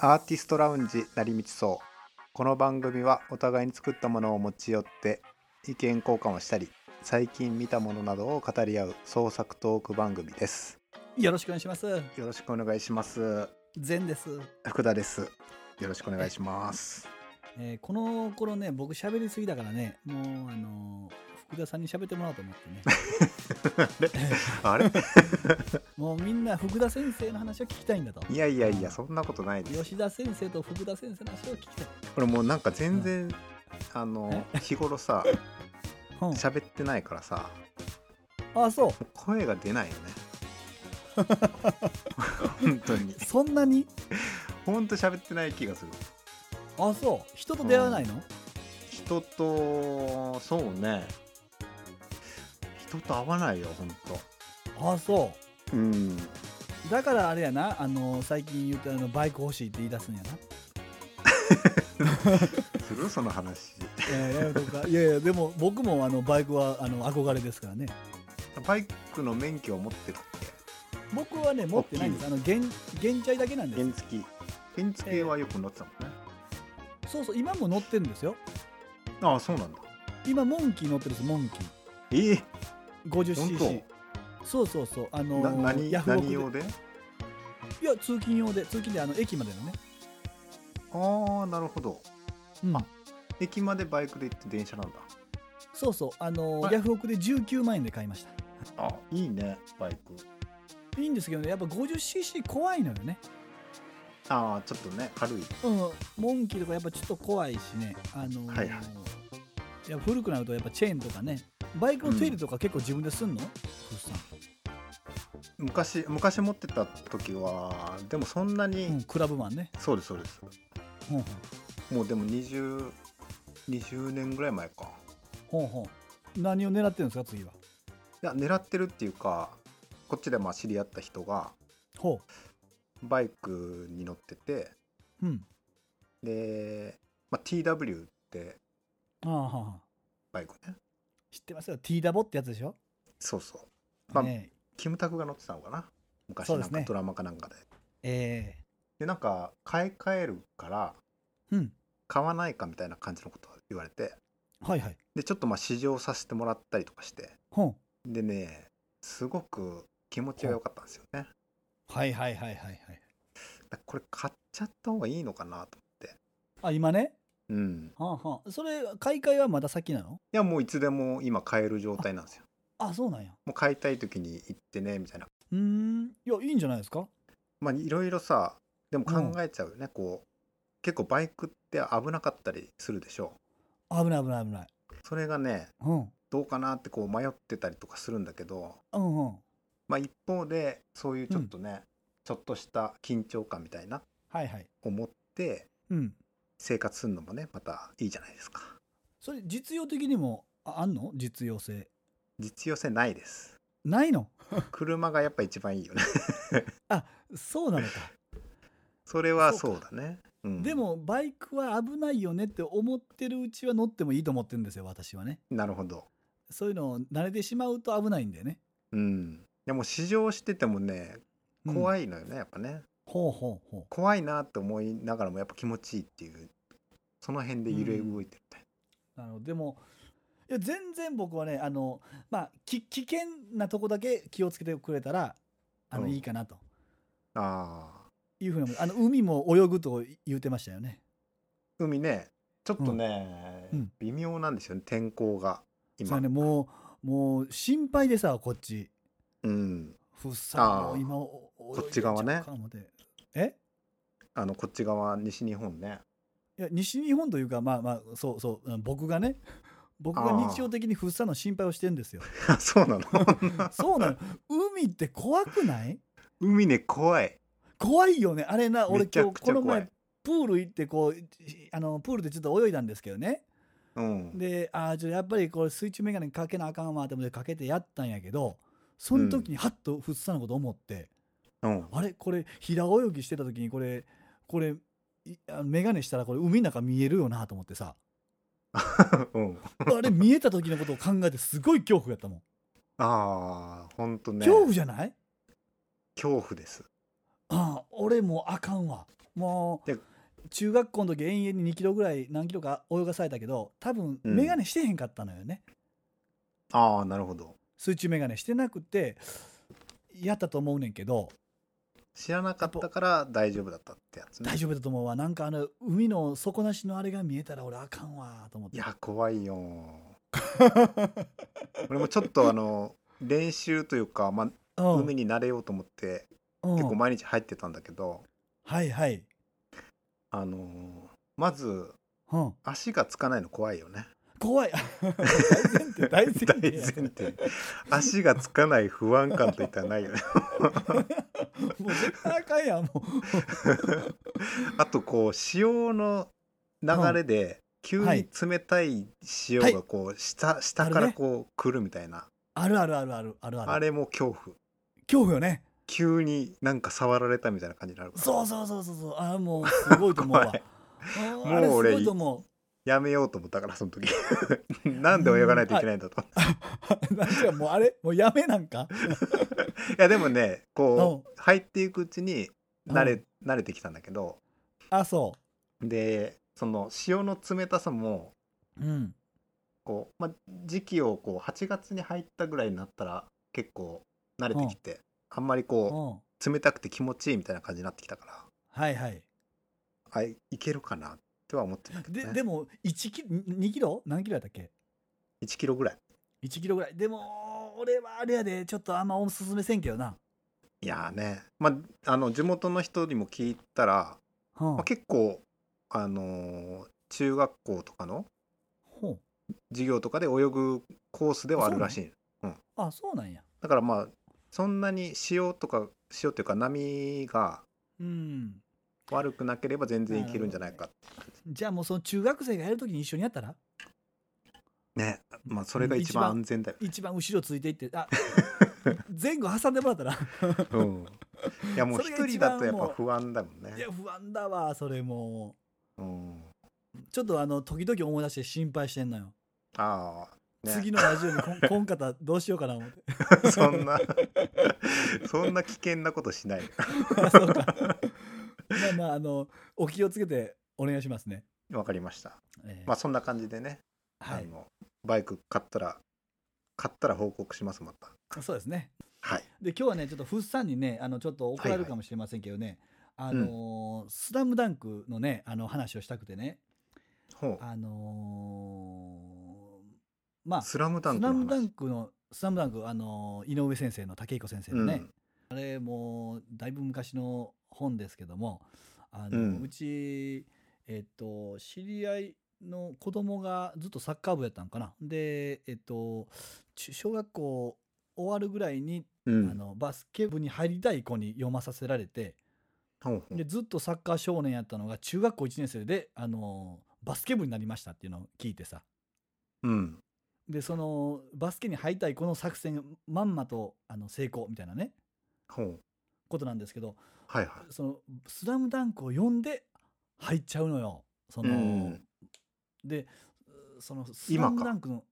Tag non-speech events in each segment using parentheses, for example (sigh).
アーティストラウンジ成道荘この番組はお互いに作ったものを持ち寄って意見交換をしたり最近見たものなどを語り合う創作トーク番組ですよろしくお願いします。よろしくお願いします善です。福田ですよろしくお願いしますえーこの頃ね、僕喋りすぎだからね、もうあのー福田さんに喋ってもらおうと思ってね。あれもうみんな福田先生の話を聞きたいんだと。 (laughs) いやいやいやそんなことないです吉田先生と福田先生の話を聞きたい。これもうなんか全然、あの日頃さう喋ってないからさん、あ、そう。声が出ない (laughs) よね本当にそんなに本当喋ってない気がするあ、そう。人と出会わないの、人とそうね人と会わないよ本あ、そ当うんう。だからあれやな、あのー最近言ったあのバイク欲しいって言い出すんやな。するその話えーやめとくかいやいや、でも僕もあのバイクはあの憧れですからね。バイクの免許を持ってたっけ僕はね、持ってないんです。あの、現現在だけなんですよ原。付原付はよく乗ってたもんね、そうそう、今も乗ってるんですよ。ああそうなんだ今、モンキー乗ってるんです、モンキー。ええ 50cc 本。そうそうそう。あのなー何ヤフオク何で用でいや、通勤用で、通勤で、あの、駅までのね。ああなるほどうんあ駅までバイクで行って電車なんだそうそう。あのーはいヤフオクで19万円で買いましあいいねバイクた。いいんですけどね、やっぱ 50cc 怖いのよね。ああちょっとね軽いうん。モンキーとかやっぱちょっと怖いしね。あのーはいはいや古くなるとやっぱチェーンとかね。バイクの手入れとか結構自分ですんの、ふっさ昔昔持ってた時はでもそんなに、んうん、クラブマンね。そうですそうですほんほん。もうでも2020年ぐらい前かほんほん。何を狙ってるんですか、次は。いや狙ってるっていうかこっちでまあ知り合った人がほバイクに乗っててう。うん。で、まあ、TW ってああ、はあはあ。バイクね知ってますよ T ダボってやつでしょ、そうそうまあねキムタクが乗ってたのかな昔そうなでんすかねドラマかなんかでで,、えなんか買い替えるからえうん買わないかみたいな感じのことを言われてはいはいでちょっとまあ試乗させてもらったりとかしてほんでねすごく気持ちが良かったんですよねはいはいはいはいはいだこれ買っちゃった方がいいのかなとあ今ねうんはあはあそれ買い替えはまだ先なのいやもういつでも今買える状態なんですよあそうなんやもう買いたい時に行ってねみたいなうーんいやいいんじゃないですかまあいろいろさでも考えちゃうよね、こう結構バイクって危なかったりするでしょ危ない危ない危ないそれがねうんどうかなってこう迷ってたりとかするんだけどうんうんまあ一方でそういうちょっとね、ちょっとした緊張感みたいなはいはい思ってうん生活するのもねまたいいじゃないですかそれ実用的にもああんの実用性実用性ない (laughs) ですないの車がやっぱ一番いいよねそうなの (laughs) か、それはそそううだねうん、でもバイクは危ないよねって思ってるうちは乗ってもいいと思ってるんですよ私はねなるほどそういうのを慣れてしまうと危ないんだよね、うんでも試乗しててもね怖いいのよね、やっぱねほうほうほう怖いなって思いながらもやっぱ気持ちいいっていうその辺で揺れ動いてるみたいなのでもいや全然僕はねあの、まあ、き危険なとこだけ気をつけてくれたらあの、うんいいかなとな、ああいうふうに思うあの海も泳ぐと言ってましたよね海ねちょっとね、うんうん微妙なんですよね天候がそ今れねもうもう心配でさこっちうんふっあさーもう今おおこっち側ね泳いでちゃうか思てえあのこっち側西日本ね (laughs) いや西日本というかまあまあそうそううん僕がね僕があー日常的にふっさの心配をしてるんですよあそう (laughs) なのそうなの海って怖くない海ね怖い怖いよねあれな俺めちゃ今日くちこゃの怖前いプール行ってこういあのプールでちょっと泳いだんですけどねうんでああちょっとやっぱりこれ水中眼鏡かけなあかんわと思ってかけてやったんやけどその時にハッとふっさのこと思って、うん (laughs) あれこれ平泳ぎしてた時にこれこれいあの眼鏡したらこれ海の中見えるよなと思ってさうんあれ見えた時のことを考えてすごい恐怖 (laughs) やったもん、ああほんとね恐怖じゃない恐怖ですああ俺もうあかんわもでう中学校の時延々に2キロぐらい何キロか泳がされたけど多分うん眼鏡してへんかったのよね、ああなるほど水中眼鏡してなくてやったと思うねんけど知らなかったから大丈夫だったってやつね大丈夫だと思うわなんかあの海の底なしのあれが見えたら俺あかんわと思っいてや怖い (laughs) よ俺もちょっとあの練習というか、まうあ、ん海に慣れようと思ってうん結構毎日入ってたんだけど、はいはい、あのーまずうん、足がつかないの怖いよね怖い大前提 (laughs) 大大前前提提足がつかない不安感といったらないよね (laughs) もう絶対あかんやんもあとこう潮の流れで急はにい冷たい潮がこう下,、下かあるらねこう来るみたいなうあるあるあるあるあるあるあれも恐怖恐怖よね急になんか触られたみたいな感じになるからそうそうそうそうそうあれもうすごいと思うわ (laughs) 怖いあもうあれす俺ごいと思やめようと思ったからその時 (laughs) なんで泳がないといけないんだと、う (laughs) なんかもうあれもうやめなんかいやでもねこうう入っていくうちに慣れ,、慣れてきたんだけどあそでその潮の冷たさもううんこう、まあ、時期をこう8月に入ったぐらいになったら結構慣れてきて、あんまりうこんう冷たくて気持ちいいみたいな感じになってきたからはいはいあいいけるかなとは思ってたけど、でね、でも1キロ2キロ何キロやったっけ1キロぐらい1キロぐらいでも俺はあれやでちょっとあんまおすすめせんけどな、いやーね、まあ、あの地元の人にも聞いたら、うんまあ、結構あのー中学校とかのほう授業とかで泳ぐコースではあるらしいあそうなんやだからまあそんなに潮とか潮っていうか波がうん悪くなければ全然いけるんじゃないかじゃあもうその中学生がやるときに一緒にやったらねまあそれが一一番番安全だよ、一番後ろついていってあ前後挟んでもらったら (laughs) うん、いやもうそれが一一人番だとやっぱもう不安だもんいねや不安だわそれもうん、うちょっとあの時々思い出して心配してんのよ、ああね次のラジオにこん (laughs) こんかったらどうしようかな思っ (laughs) てそんな (laughs) そんな危険なことしないあそうか (laughs) まあまああのお気をつけてお願いしますね、わかりましたえーまあそんな感じでね、はあのバイク買ったら買ったら報告しますまたい、そうですねはいで今日はねちょっとふっさんにねあのちょっと怒られるかもしれませんけどね、あのースラムダンクのねあの話をしたくてねほうあのーまあスラムダンスクラムのダン話クの「スラムダンクあの井上先生の武彦先生のね、あれもうだいぶ昔の本ですけどもあの、ううんち、えっと、知り合いの子供がずっとサッカー部やったんかなで、えっと、中小学校終わるぐらいに、うん、うんあのバスケ部に入りたい子に読まさせられてほうほうでずっとサッカー少年やったのが中学校1年生であのバスケ部になりましたっていうのを聞いてさうんでそのバスケに入りたいこの作戦まんまとあの成功みたいなねほうことなんですけどはいはいその「スラムダンクを読んで入っちゃうのよその、うんでその「ス今ラかムダンクの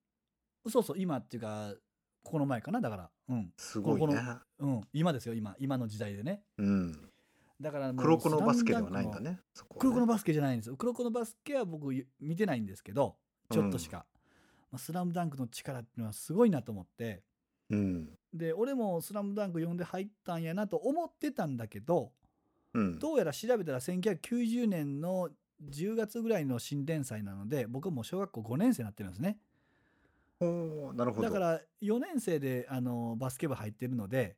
そうそう今っていうかこの前かなだからうん、すごいこねのうん、今ですよ今今の時代でねうんだからもう黒子のバスケではスラムないダンクんだのね。そこはね黒子のバスケじゃないんですよ黒子のバスケは僕見てないんですけどちょっとしか「まあ、スラムダンクの力っていうのはすごいなと思って。うん。で俺も「スラムダンク読んで入ったんやなと思ってたんだけどうん。どうやら調べたら1990年の10月ぐらいの新連載なので僕はもう小学校5年生になってるんですねおーなるほど。だから4年生であのバスケ部入ってるので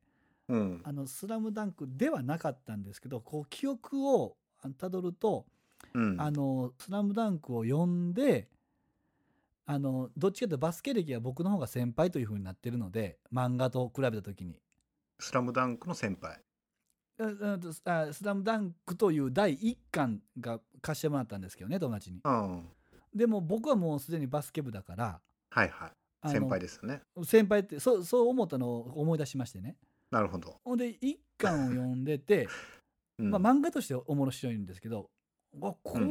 うん「あ。のスラムダンクではなかったんですけどこう記憶をたどるとうん「あのスラムダンクを読んであのどっちかというとバスケ歴は僕の方が先輩という風になってるので漫画と比べた時に。スラムダンクの先輩。うんうんとあスラムダンクという第一巻が貸してもらったんですけどね友達にうん。でも僕はもうすでにバスケ部だからはいはい。あの先輩ですよね。先輩ってそうそう思ったのを思い出しましてねなるほど。ほんで一巻を読んでて、 (laughs) うんまあ、漫画として面白いんですけどわこれ、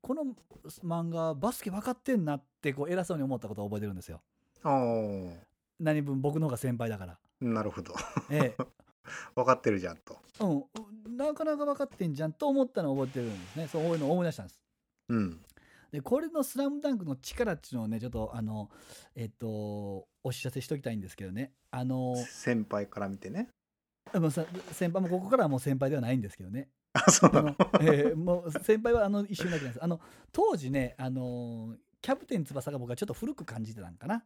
この漫画バスケ分かってんなってこう偉そうに思ったことを覚えてるんですよおー (laughs) 何分僕の方が先輩だからなるほど。ええ分かってるじゃんと。うん、なかなか分かってんじゃんと思ったのを覚えてるんですね。そういうのを思い出したんです。うん。で、これのスラムダンクの力っていうのをね、ちょっと、あの、えっと、お知らせしときたいんですけどね。あの、先輩から見てね。もうさ先輩もここからはもう先輩ではないんですけどね。あ、 (laughs) そうなあのの。えーもう先輩はあの一瞬だけなんです。あの、当時ね、あの、キャプテン翼が僕はちょっと古く感じてたんかな。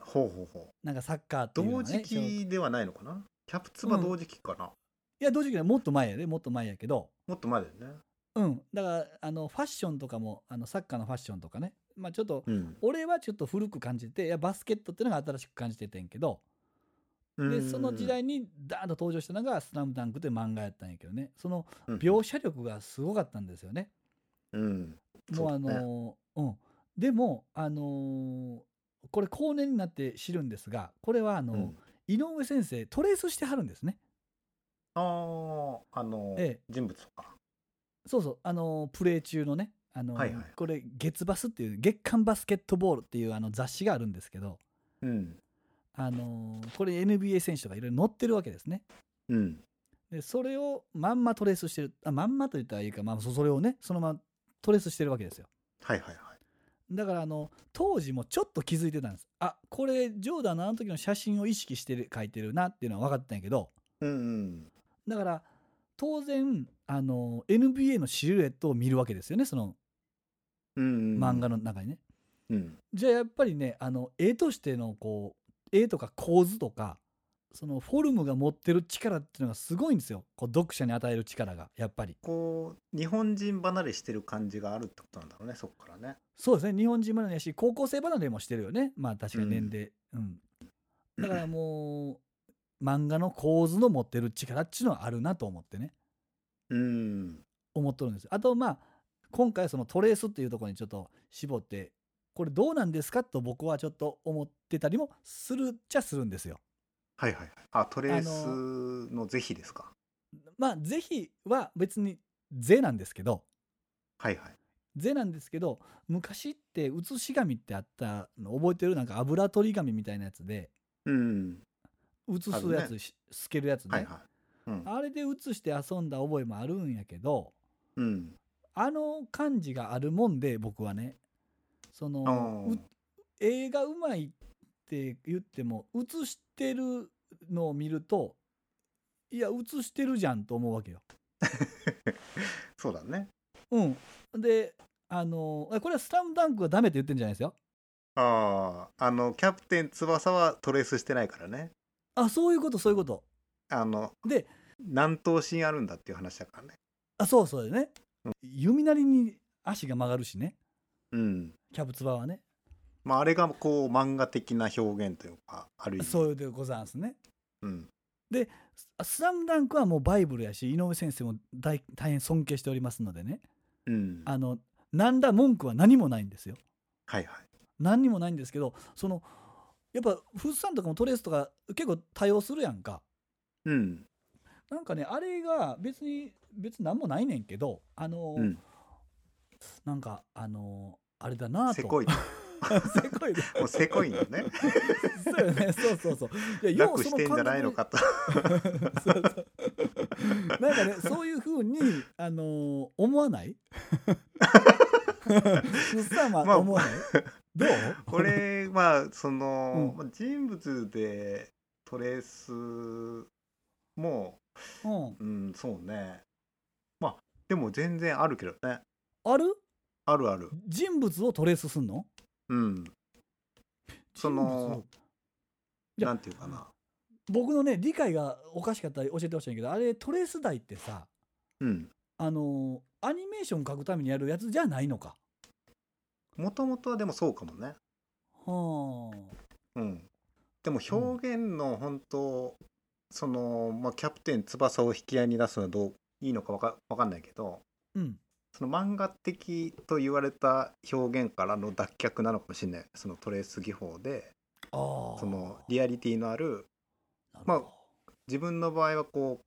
ほうほうほう。なんかサッカーっていうの同は時ね。小期ではないのかなキャプツバ同時期かな、いや、同時期はもっと前やで、もっと前やけど。もっと前だよね。うん、だからあのファッションとかもあのサッカーのファッションとかね、まあ、ちょっと、うん。俺はちょっと古く感じていやバスケットっていうのが新しく感じててんけどでその時代にダーンと登場したのが「スラムダンクという漫画やったんやけどねその描写、写力がすごかったんですよね。うん、もうあそうだのうん、でも、あのーこれ後年になって知るんですがこれはあの、うん井上先生トレースしてはるんですね。あーあの、ええ人物とか。そうそう、あのープレー中のね、あのーはいはいこれ、月バスっていう、月刊バスケットボールっていうあの雑誌があるんですけど、うん。あのーこれ、NBA 選手とかいろいろ載ってるわけですね。うん。で、それをまんまトレースしてる、あまんまと言ったらいいか、まあ、そそれをね、そのままトレースしてるわけですよ。はいはいはい。だから、あの、当時もちょっと気づいてたんです。あこれ、ジョーダンのあの時の写真を意識してる書いてるなっていうのは分かったんやけど、うんうん。だから、当然、あのー NBA のシルエットを見るわけですよね、そのうん、漫画の中にね。うん。じゃあやっぱりねあの絵としてのこう絵とか構図とかそのフォルムが持ってる力っていうのがすごいんですよこう読者に与える力がやっぱりこう、日本人離れしてる感じがあるってことなんだろうね、そっからね。そうですね日本人離れやし高校生離れもしてるよねまあ確かに年齢うん、だからもう漫画の構図の持ってる力っていうのはあるなと思ってねうん。思っとるんですよあとまあ今回そのトレースっていうところにちょっと絞ってこれどうなんですかと僕はちょっと思ってたりもするっちゃするんですよはいはいはい。あ、トレーあスの是非ですか。まあ、是非は別に是なんですけど、はいはい。是なんですけど、昔って写し紙ってあったの覚えてるなんか油取り紙みたいなやつで、うん。写すやつ、し透けるやつね。はいはい。うん。あれで写して遊んだ覚えもあるんやけど、うん。あの感じがあるもんで、僕はね、その、あう映画うまいって言っても、写してるのを見ると、いや、写してるじゃんと思うわけよ。そうだね。うん。で、あのーこれはスラムダンクはダメって言ってんじゃないですよ。ああ、あの、キャプテン翼はトレースしてないからね。あ、そういうこと、そういうこと。あの、で、何頭身あるんだっていう話だからね。あ、そうそうだよね。弓なりに足が曲がるしね。うん。キャブツバはね。まあ、あれがこう漫画的な表現というか、ある意味。そういうでござんすね。うん。ススラムダンクはもうバイブルやし、井上先生も大大変尊敬しておりますのでね。うん。あの、なんだ文句は何もないんですよ。はいはい。何にもないんですけど、その、やっぱ、フッサンとかもトレースとか結構多用するやんか。うん。なんかね、あれが別に、別に何もないねんけど、あのー、うん。なんかあのーあれだなと。せこい。。 (laughs) せこいね。もうせこいの (laughs) ね。そうよね。そうそうそう。いよう楽してんじゃないのかと。その感覚に。そうそうなんかねそういう風にあのー思 (laughs) わない。うっさんはまあ思わない。どう？ (laughs) これ、まあ、そのう、んまあ人物でトレースも、うん。うん、そうね。まあ、でも全然あるけどね。ある？あるある。人物をトレースすんの？うん。その人物をいやなんていうかな。僕のね理解がおかしかったり教えてほしいんやけど、あれトレース台ってさ、うん。あのーアニメーション描くためにやるやつじゃないのか。もともとはでもそうかもね。はあ。うん。でも表現の本当、その、まあ、キャプテン翼を引き合いに出すのはどういいのかわかわかんないけど、うん。その漫画的と言われた表現からの脱却なのかもしれない。そのトレース技法で、ああ。そのリアリティのある、なるほどまあ自分の場合はこう、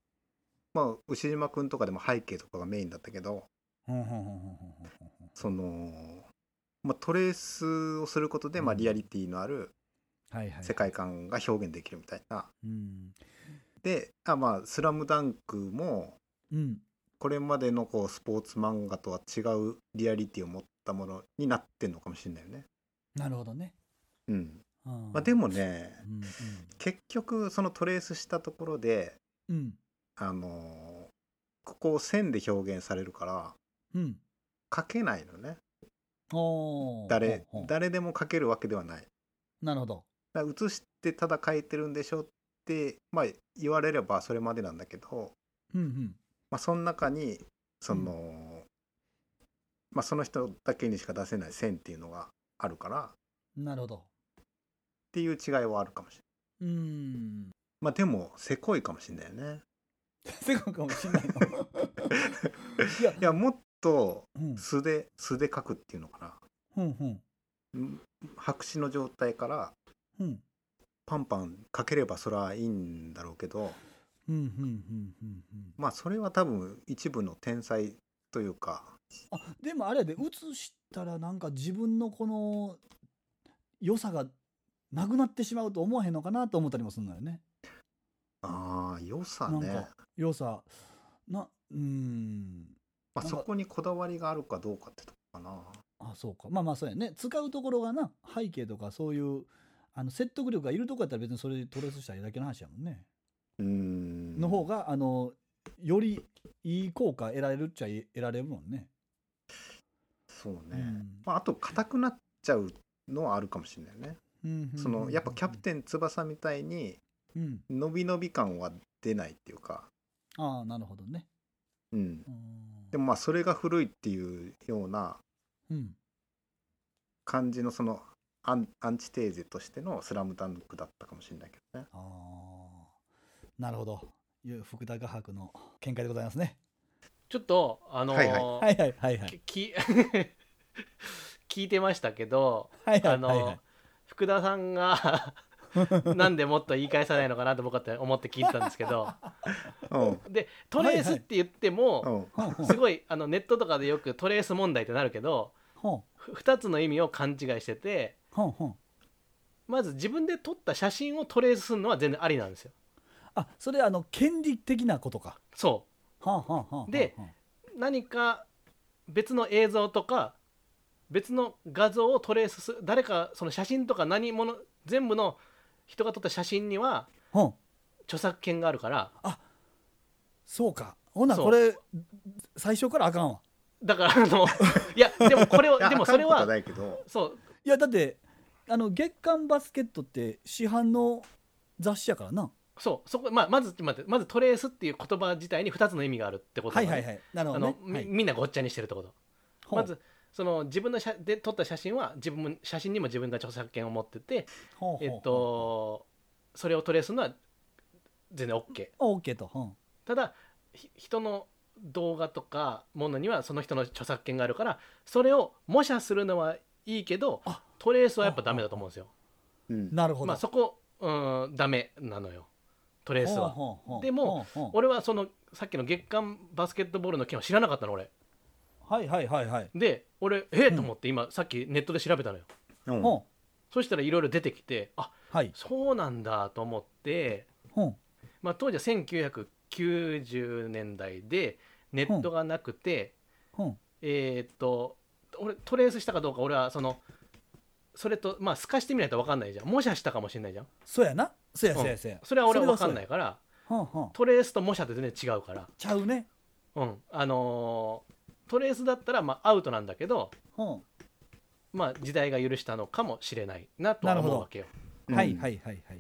まあ、牛島くんとかでも背景とかがメインだったけど、うんうんうんうんうんうんうんその、まあ、トレースをすることで、まあ、リアリティのあるはいはい。世界観が表現できるみたいな。うん。であまあ「スラムダンクもうん。これまでのこうスポーツ漫画とは違うリアリティを持ったものになってんのかもしれないよね。なるほどね。うんうんまあ、でもねうんうん結局そのトレースしたところでうん。あのーここを線で表現されるからうん。書けないのねおー誰ほうほう誰でも書けるわけではない。なるほど。だから写してただ書いてるんでしょって、まあ、言われればそれまでなんだけど、うんうん。まあ、その中にその、まあ、その人だけにしか出せない線っていうのがあるからっなるほど。ていう違いはあるかもしれない。うー (laughs) ん。まあでもせこいかもしれないよね。すごいかもしんないの。いやい、やもっとうん。素で素で書くっていうのかうんうん。な。ん白紙の状態からうん。パンパン書ければそれはいいんだろうけどうんうんうんうんうん。まあそれは多分一部の天才というかあでもあれやで映したらなんか自分のこの良さがなくなってしまうと思わへんのかなと思ったりもするのよね。ああ良さなねんか、良さなうーんまあ、なんかそこにこだわりがあるかどうかってとこかな。あそうかまあまあそうやね使うところがな背景とかそういうあの説得力がいるとこやったら別にそれでトレースしたらだけの話やもんね。うーんの方があのよりいい効果得られるっちゃ得られるもんね。そうね、うんまあ、あと硬くなっちゃうのはあるかもしれないね。そのやっぱキャプン、テン翼みたいにうん、伸び伸び感は出ないっていうか、ああなるほどね。うん、うんでもまあそれが古いっていうようなうん感じのそのアンアンチテーゼとしての「スラムダンクだったかもしれないけどね。あーなるほど。いう福田画伯の見解でございますね。ちょっとあのーはいははいはいはいはい。き (laughs) 聞いてましたけど、はいはあいのはいはい。福田さん (laughs) がなんでもっと言い返さないのかなと僕は思って聞いてたんです (laughs) けどうんでトレースって言ってうも、んほんほんすごいあのネットとかでよくトレース問題ってなるけどほん2つの意味を勘違いしててほんほん。まず自分で撮った写真をトレースするのは全然ありなんですよ。あそれあの権利的なことか。そはんはんはんはん。でう何か別の映像とか別の画像をトレースする誰かその写真とか何もの全部の人が撮った写真にはほん著作権があるからそうか。ほなそうこれ最初からあかんわ。だから (laughs) あのいやでもこれをいやでもそれあかんことはないけどそういやだってあの月刊バスケットって市販の雑誌やからな。そうそこ、まあ、まず待ってまずトレースっていう言葉自体に2つの意味があるってことはないのねはいはい。なるほあどのね。みはいみんなごっちゃにしてるってことほんまずその自分の写で撮った写真は自分も写真にも自分が著作権を持っててほんほんえっとそれをトレースするのは全然 OK ほん。オッケーと。ほんただひ人の動画とかものにはその人の著作権があるからそれを模写するのはいいけどあトレースはやっぱダメだと思うんですようんなるほど。まあそこうんダメなのよトレースはほんほんほんでもほんほん俺はそのさっきの月刊バスケットボールの件は知らなかったの俺はいはいはいはい。で俺えっと思って今さっきネットで調べたのようんほんそしたらいろいろ出てきてあはい。そうなんだと思ってほんまあ、当時は1990年代でネットがなくて、ほん。えーっと俺トレースしたかどうか俺はそのそれとまあ透かしてみないと分かんないじゃん模写したかもしれないじゃんそうやな。そうやうんそうやそうや。それは俺は分そかれはそうんないからほんほん。トレースと模写って全然違うから、ちゃうね。うんあのートレースだったらまあアウトなんだけど、ほまあ、時代が許したのかもしれないなとはなるほ思どうわけよ。ん。はいはいはいはい。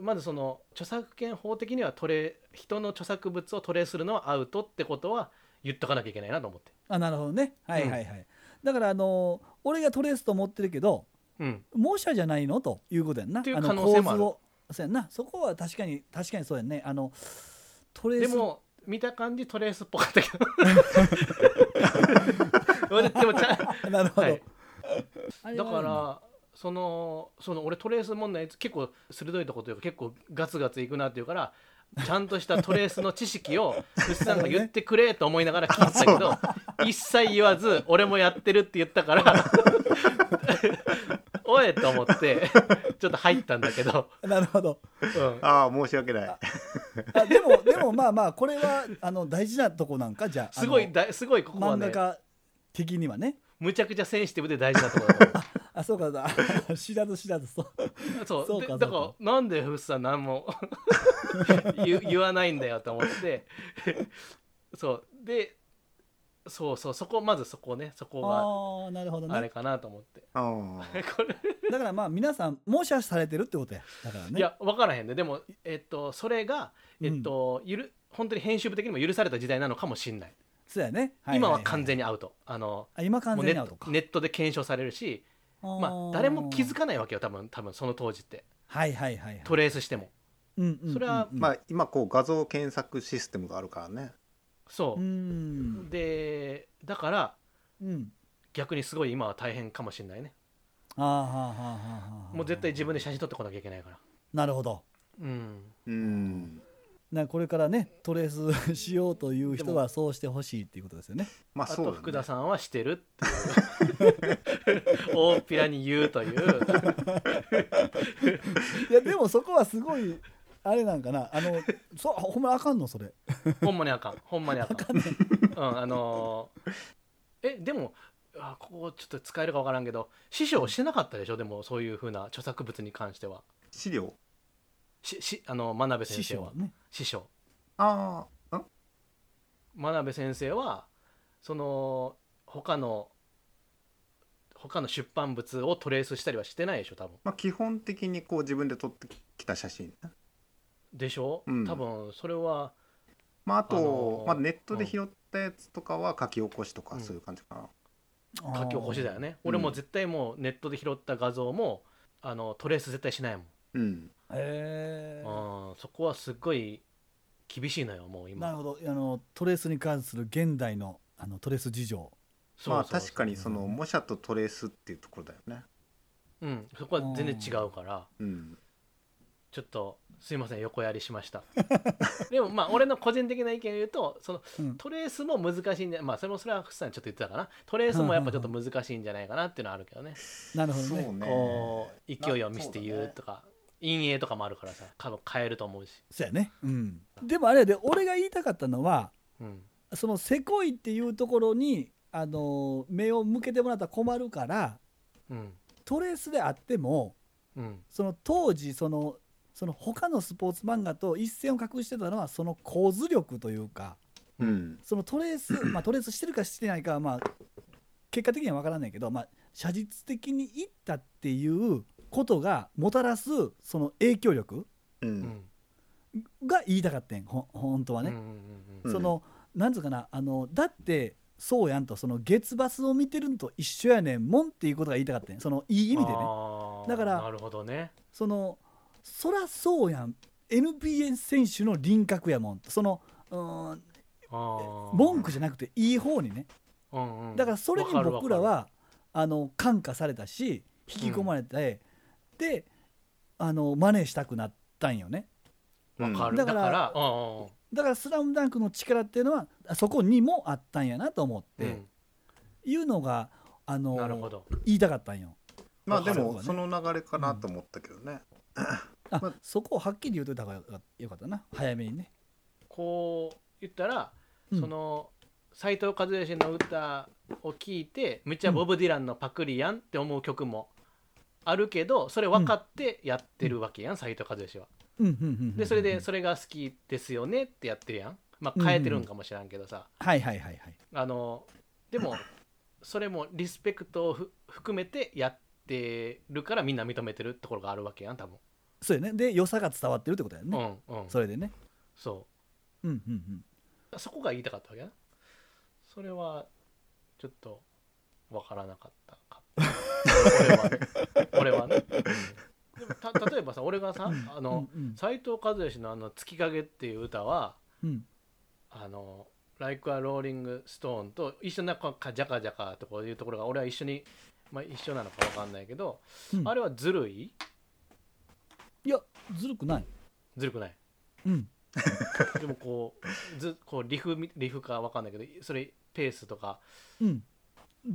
まずその著作権法的にはトレ人の著作物をトレースするのはアウトってことは言っとかなきゃいけないなと思って。あなるほどね。はいはいはい。だからあのー俺がトレースと思ってるけどうん模写じゃないのということやんな。っていうあの可能性もあ構る図をそうやんな。そこは確かに確かにそうやんね。あのトレーでスも見た感じトレースっぽかったけ (laughs) どでもちゃ (laughs) んなるほど。はい (laughs) あれだはあかるならそのその俺トレース問題結構鋭いとこというか結構ガツガツいくなっていうからちゃんとしたトレースの知識を牛さんが言ってくれと思いながら聞いてたけど、一切言わず俺もやってるって言ったからお (laughs) おいと思ってちょっと入ったんだけど、なるほどうん、ああ申し訳ないあでもでもまあまあこれはあの大事なとこなんかじゃあすごあいのだすごいここは漫ね画家的にはねむちゃくちゃセンシティブで大事なところだと思あそうか (laughs) だ知らず知らずそうう (laughs) そうそうでかだそうからなんでフッサ何も (laughs) 言 (laughs) 言わないんだよと思って (laughs) そうでそうそうそこまずそこねそこがああなるほどあれねかなと思って (laughs) うんはこれだからまあ皆さんもしかされてるってことやだからねいや分からへんででも、えっと、それが、えっとゆる本当に編集部的にも許された時代なのかもしれない,、そうやね、今は完全ににアウトあのあ今完もう全にネアッウトトかネットで検証されるし、まあ、誰も気づかないわけよ多分多分その当時ってはいはいはいはいトレースしてもうんうんうんうんそれはまあ今こう画像検索システムがあるからねそうう、んでだからうん逆にすごい今は大変かもしれないねあーはあはあはあはあもう絶対自分で写真撮ってこなきゃいけないからなるほどうんうんなこれからねトレースしようという人はそうしてほしいっていうことですよねまああそうだとね福田さんはして (laughs) るっていう大っぴらに言うといういやでもそこはすごいあれなんかなあのそほんまにあかんのそれほんまにあかんほんまにあかんうんあのーえでもあここちょっと使えるか分からんけど師匠してなかったでしょでもそういうふうな著作物に関しては資料ししあの真鍋師先生匠ははね師匠ああん真鍋先生はその他の他の出版物をトレースしたりはしてないでしょ多分まあ基本的にこう自分で撮ってきた写真でしょ、うん多分それはまああと、あのーまあ、ネットで拾ったやつとかは書き起こしとかうんそういう感じかな、書き起こしだよねうん俺も絶対もうネットで拾った画像もあのトレース絶対しないもんうんあーへーうんそこはすっごい厳しいのよもう今なるほどあのトレースに関する現代のあのトレース事情そうまあそうそう確かにその模写とトレースっていうところだよねうん、そこは全然違うからうんちょっとすいません横やりし (laughs) ましたでもまあ俺の個人的な意見を言うとそのうんトレースも難しいんじゃまあそれもそれは福さんちょっと言ってたかなトレースもやっぱちょっと難しいんじゃないかなっていうのはあるけどねなるほそどうねねこう勢いをな見せてそうだ言うねとか陰影とかもあるからさ多分変えると思うし、そうやね、うん、でもあれやで俺が言いたかったのはうん、そのせこいっていうところにあの目を向けてもらったら困るからうんトレースであってもうんその当時そのその他のスポーツ漫画と一線を画してたのはその構図力というかうんそのトレース、まあ、トレースしてるかしてないかはまあ結果的には分からないけど、まあ、写実的にいったっていうことがもたらすその影響力うん、うんが言いたかったんほ本当はうんうね。んうんうんそのなんつうかなあのだってそうやんとその月バスを見てるのと一緒やねんもんっていうことが言いたかったんやそのいい意味でねあーだからなるほどねそのそらそうやん NBA 選手の輪郭やもんそのうーん文文句じゃなくていい方にねだからそれに僕らはあの感化されたし引き込まれて、であの真似したくなったんよねわかうんるだだかかららうんうんだから「スラムダンクの力っていうのはそこにもあったんやなと思っうてん、いうのが、あのなるほど言いたかったんよ。まあでわかるわもねその流れかなと思ったけどね、あ、まあそこをはっきり言うといた方がよかったな早めにね、こう言ったら、うんその斎藤和義の歌を聴いてむっちゃボブ・ディランのパクリやんって思う曲もあるけどそれ分かってやってるわけやん斎藤和義は。うんうんうんうんでそれでそれが好きですよねってやってるやん。まあ変えてるんかもしらんけどさ、はいはいはいはいあのでもそれもリスペクトをふ含めてやってるからみんな認めてるところがあるわけやん多分。そうよねで良さが伝わってるってことやね、うんうん、それでねそううんうんうんそこが言いたかったわけなそれはちょっとわからなかったか (laughs) 俺は俺はね、うんでもた例えばさ俺がさあのうんうん斎、藤和義のあの「月影」っていう歌はうんあの「Like a Rolling Stone」と一緒になんかジャカジャカとかいうところが俺は一緒に、まあ、一緒なのかわかんないけど、うんあれはずるいいやずるくないずるくないうんでもこうずこうリフみリフかわかんないけどそれペースとかうん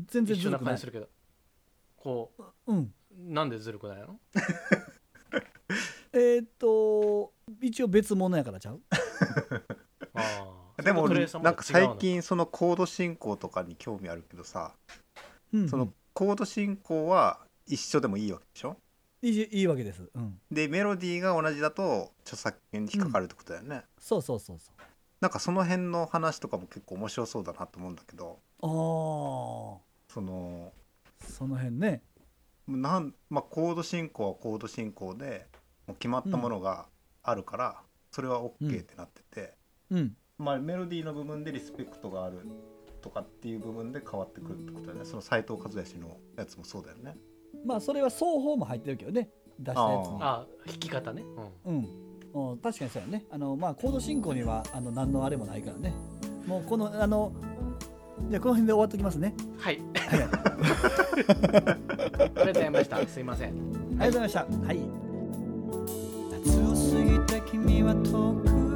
全然一ずる緒なくな感いじするけどこううんなんでずるくないのえーっと一応別物やからちゃうあーでも俺それとトレーサーなんか最また違うの近そのコード進行とかに興味あるけどさ、うんうんそのコード進行は一緒でもいいわけでしょいいいいわけです、うん、でメロディーが同じだと著作権に引っかかるってことだよね、そうそうそうそうなんかその辺の話とかも結構面白そうだなと思うんだけどあーそのその辺ねなん、まあ、コード進行はコード進行でもう決まったものがあるから、それは OK ってなってて、うんまあ、メロディーの部分でリスペクトがあるとかっていう部分で変わってくるってことだよねその斎藤和義のやつもそうだよねまあそれは双方も入ってるけどね出したやつにあー弾き方ね、うんうん、うん確かにそうやねあのまあコード進行にはあの何のあれもないからねもうこのあのじゃあこの辺で終わっときますねはい。 (laughs) ありがとうございました。すいません。ありがとうございましたはい夏を過ぎた君は遠く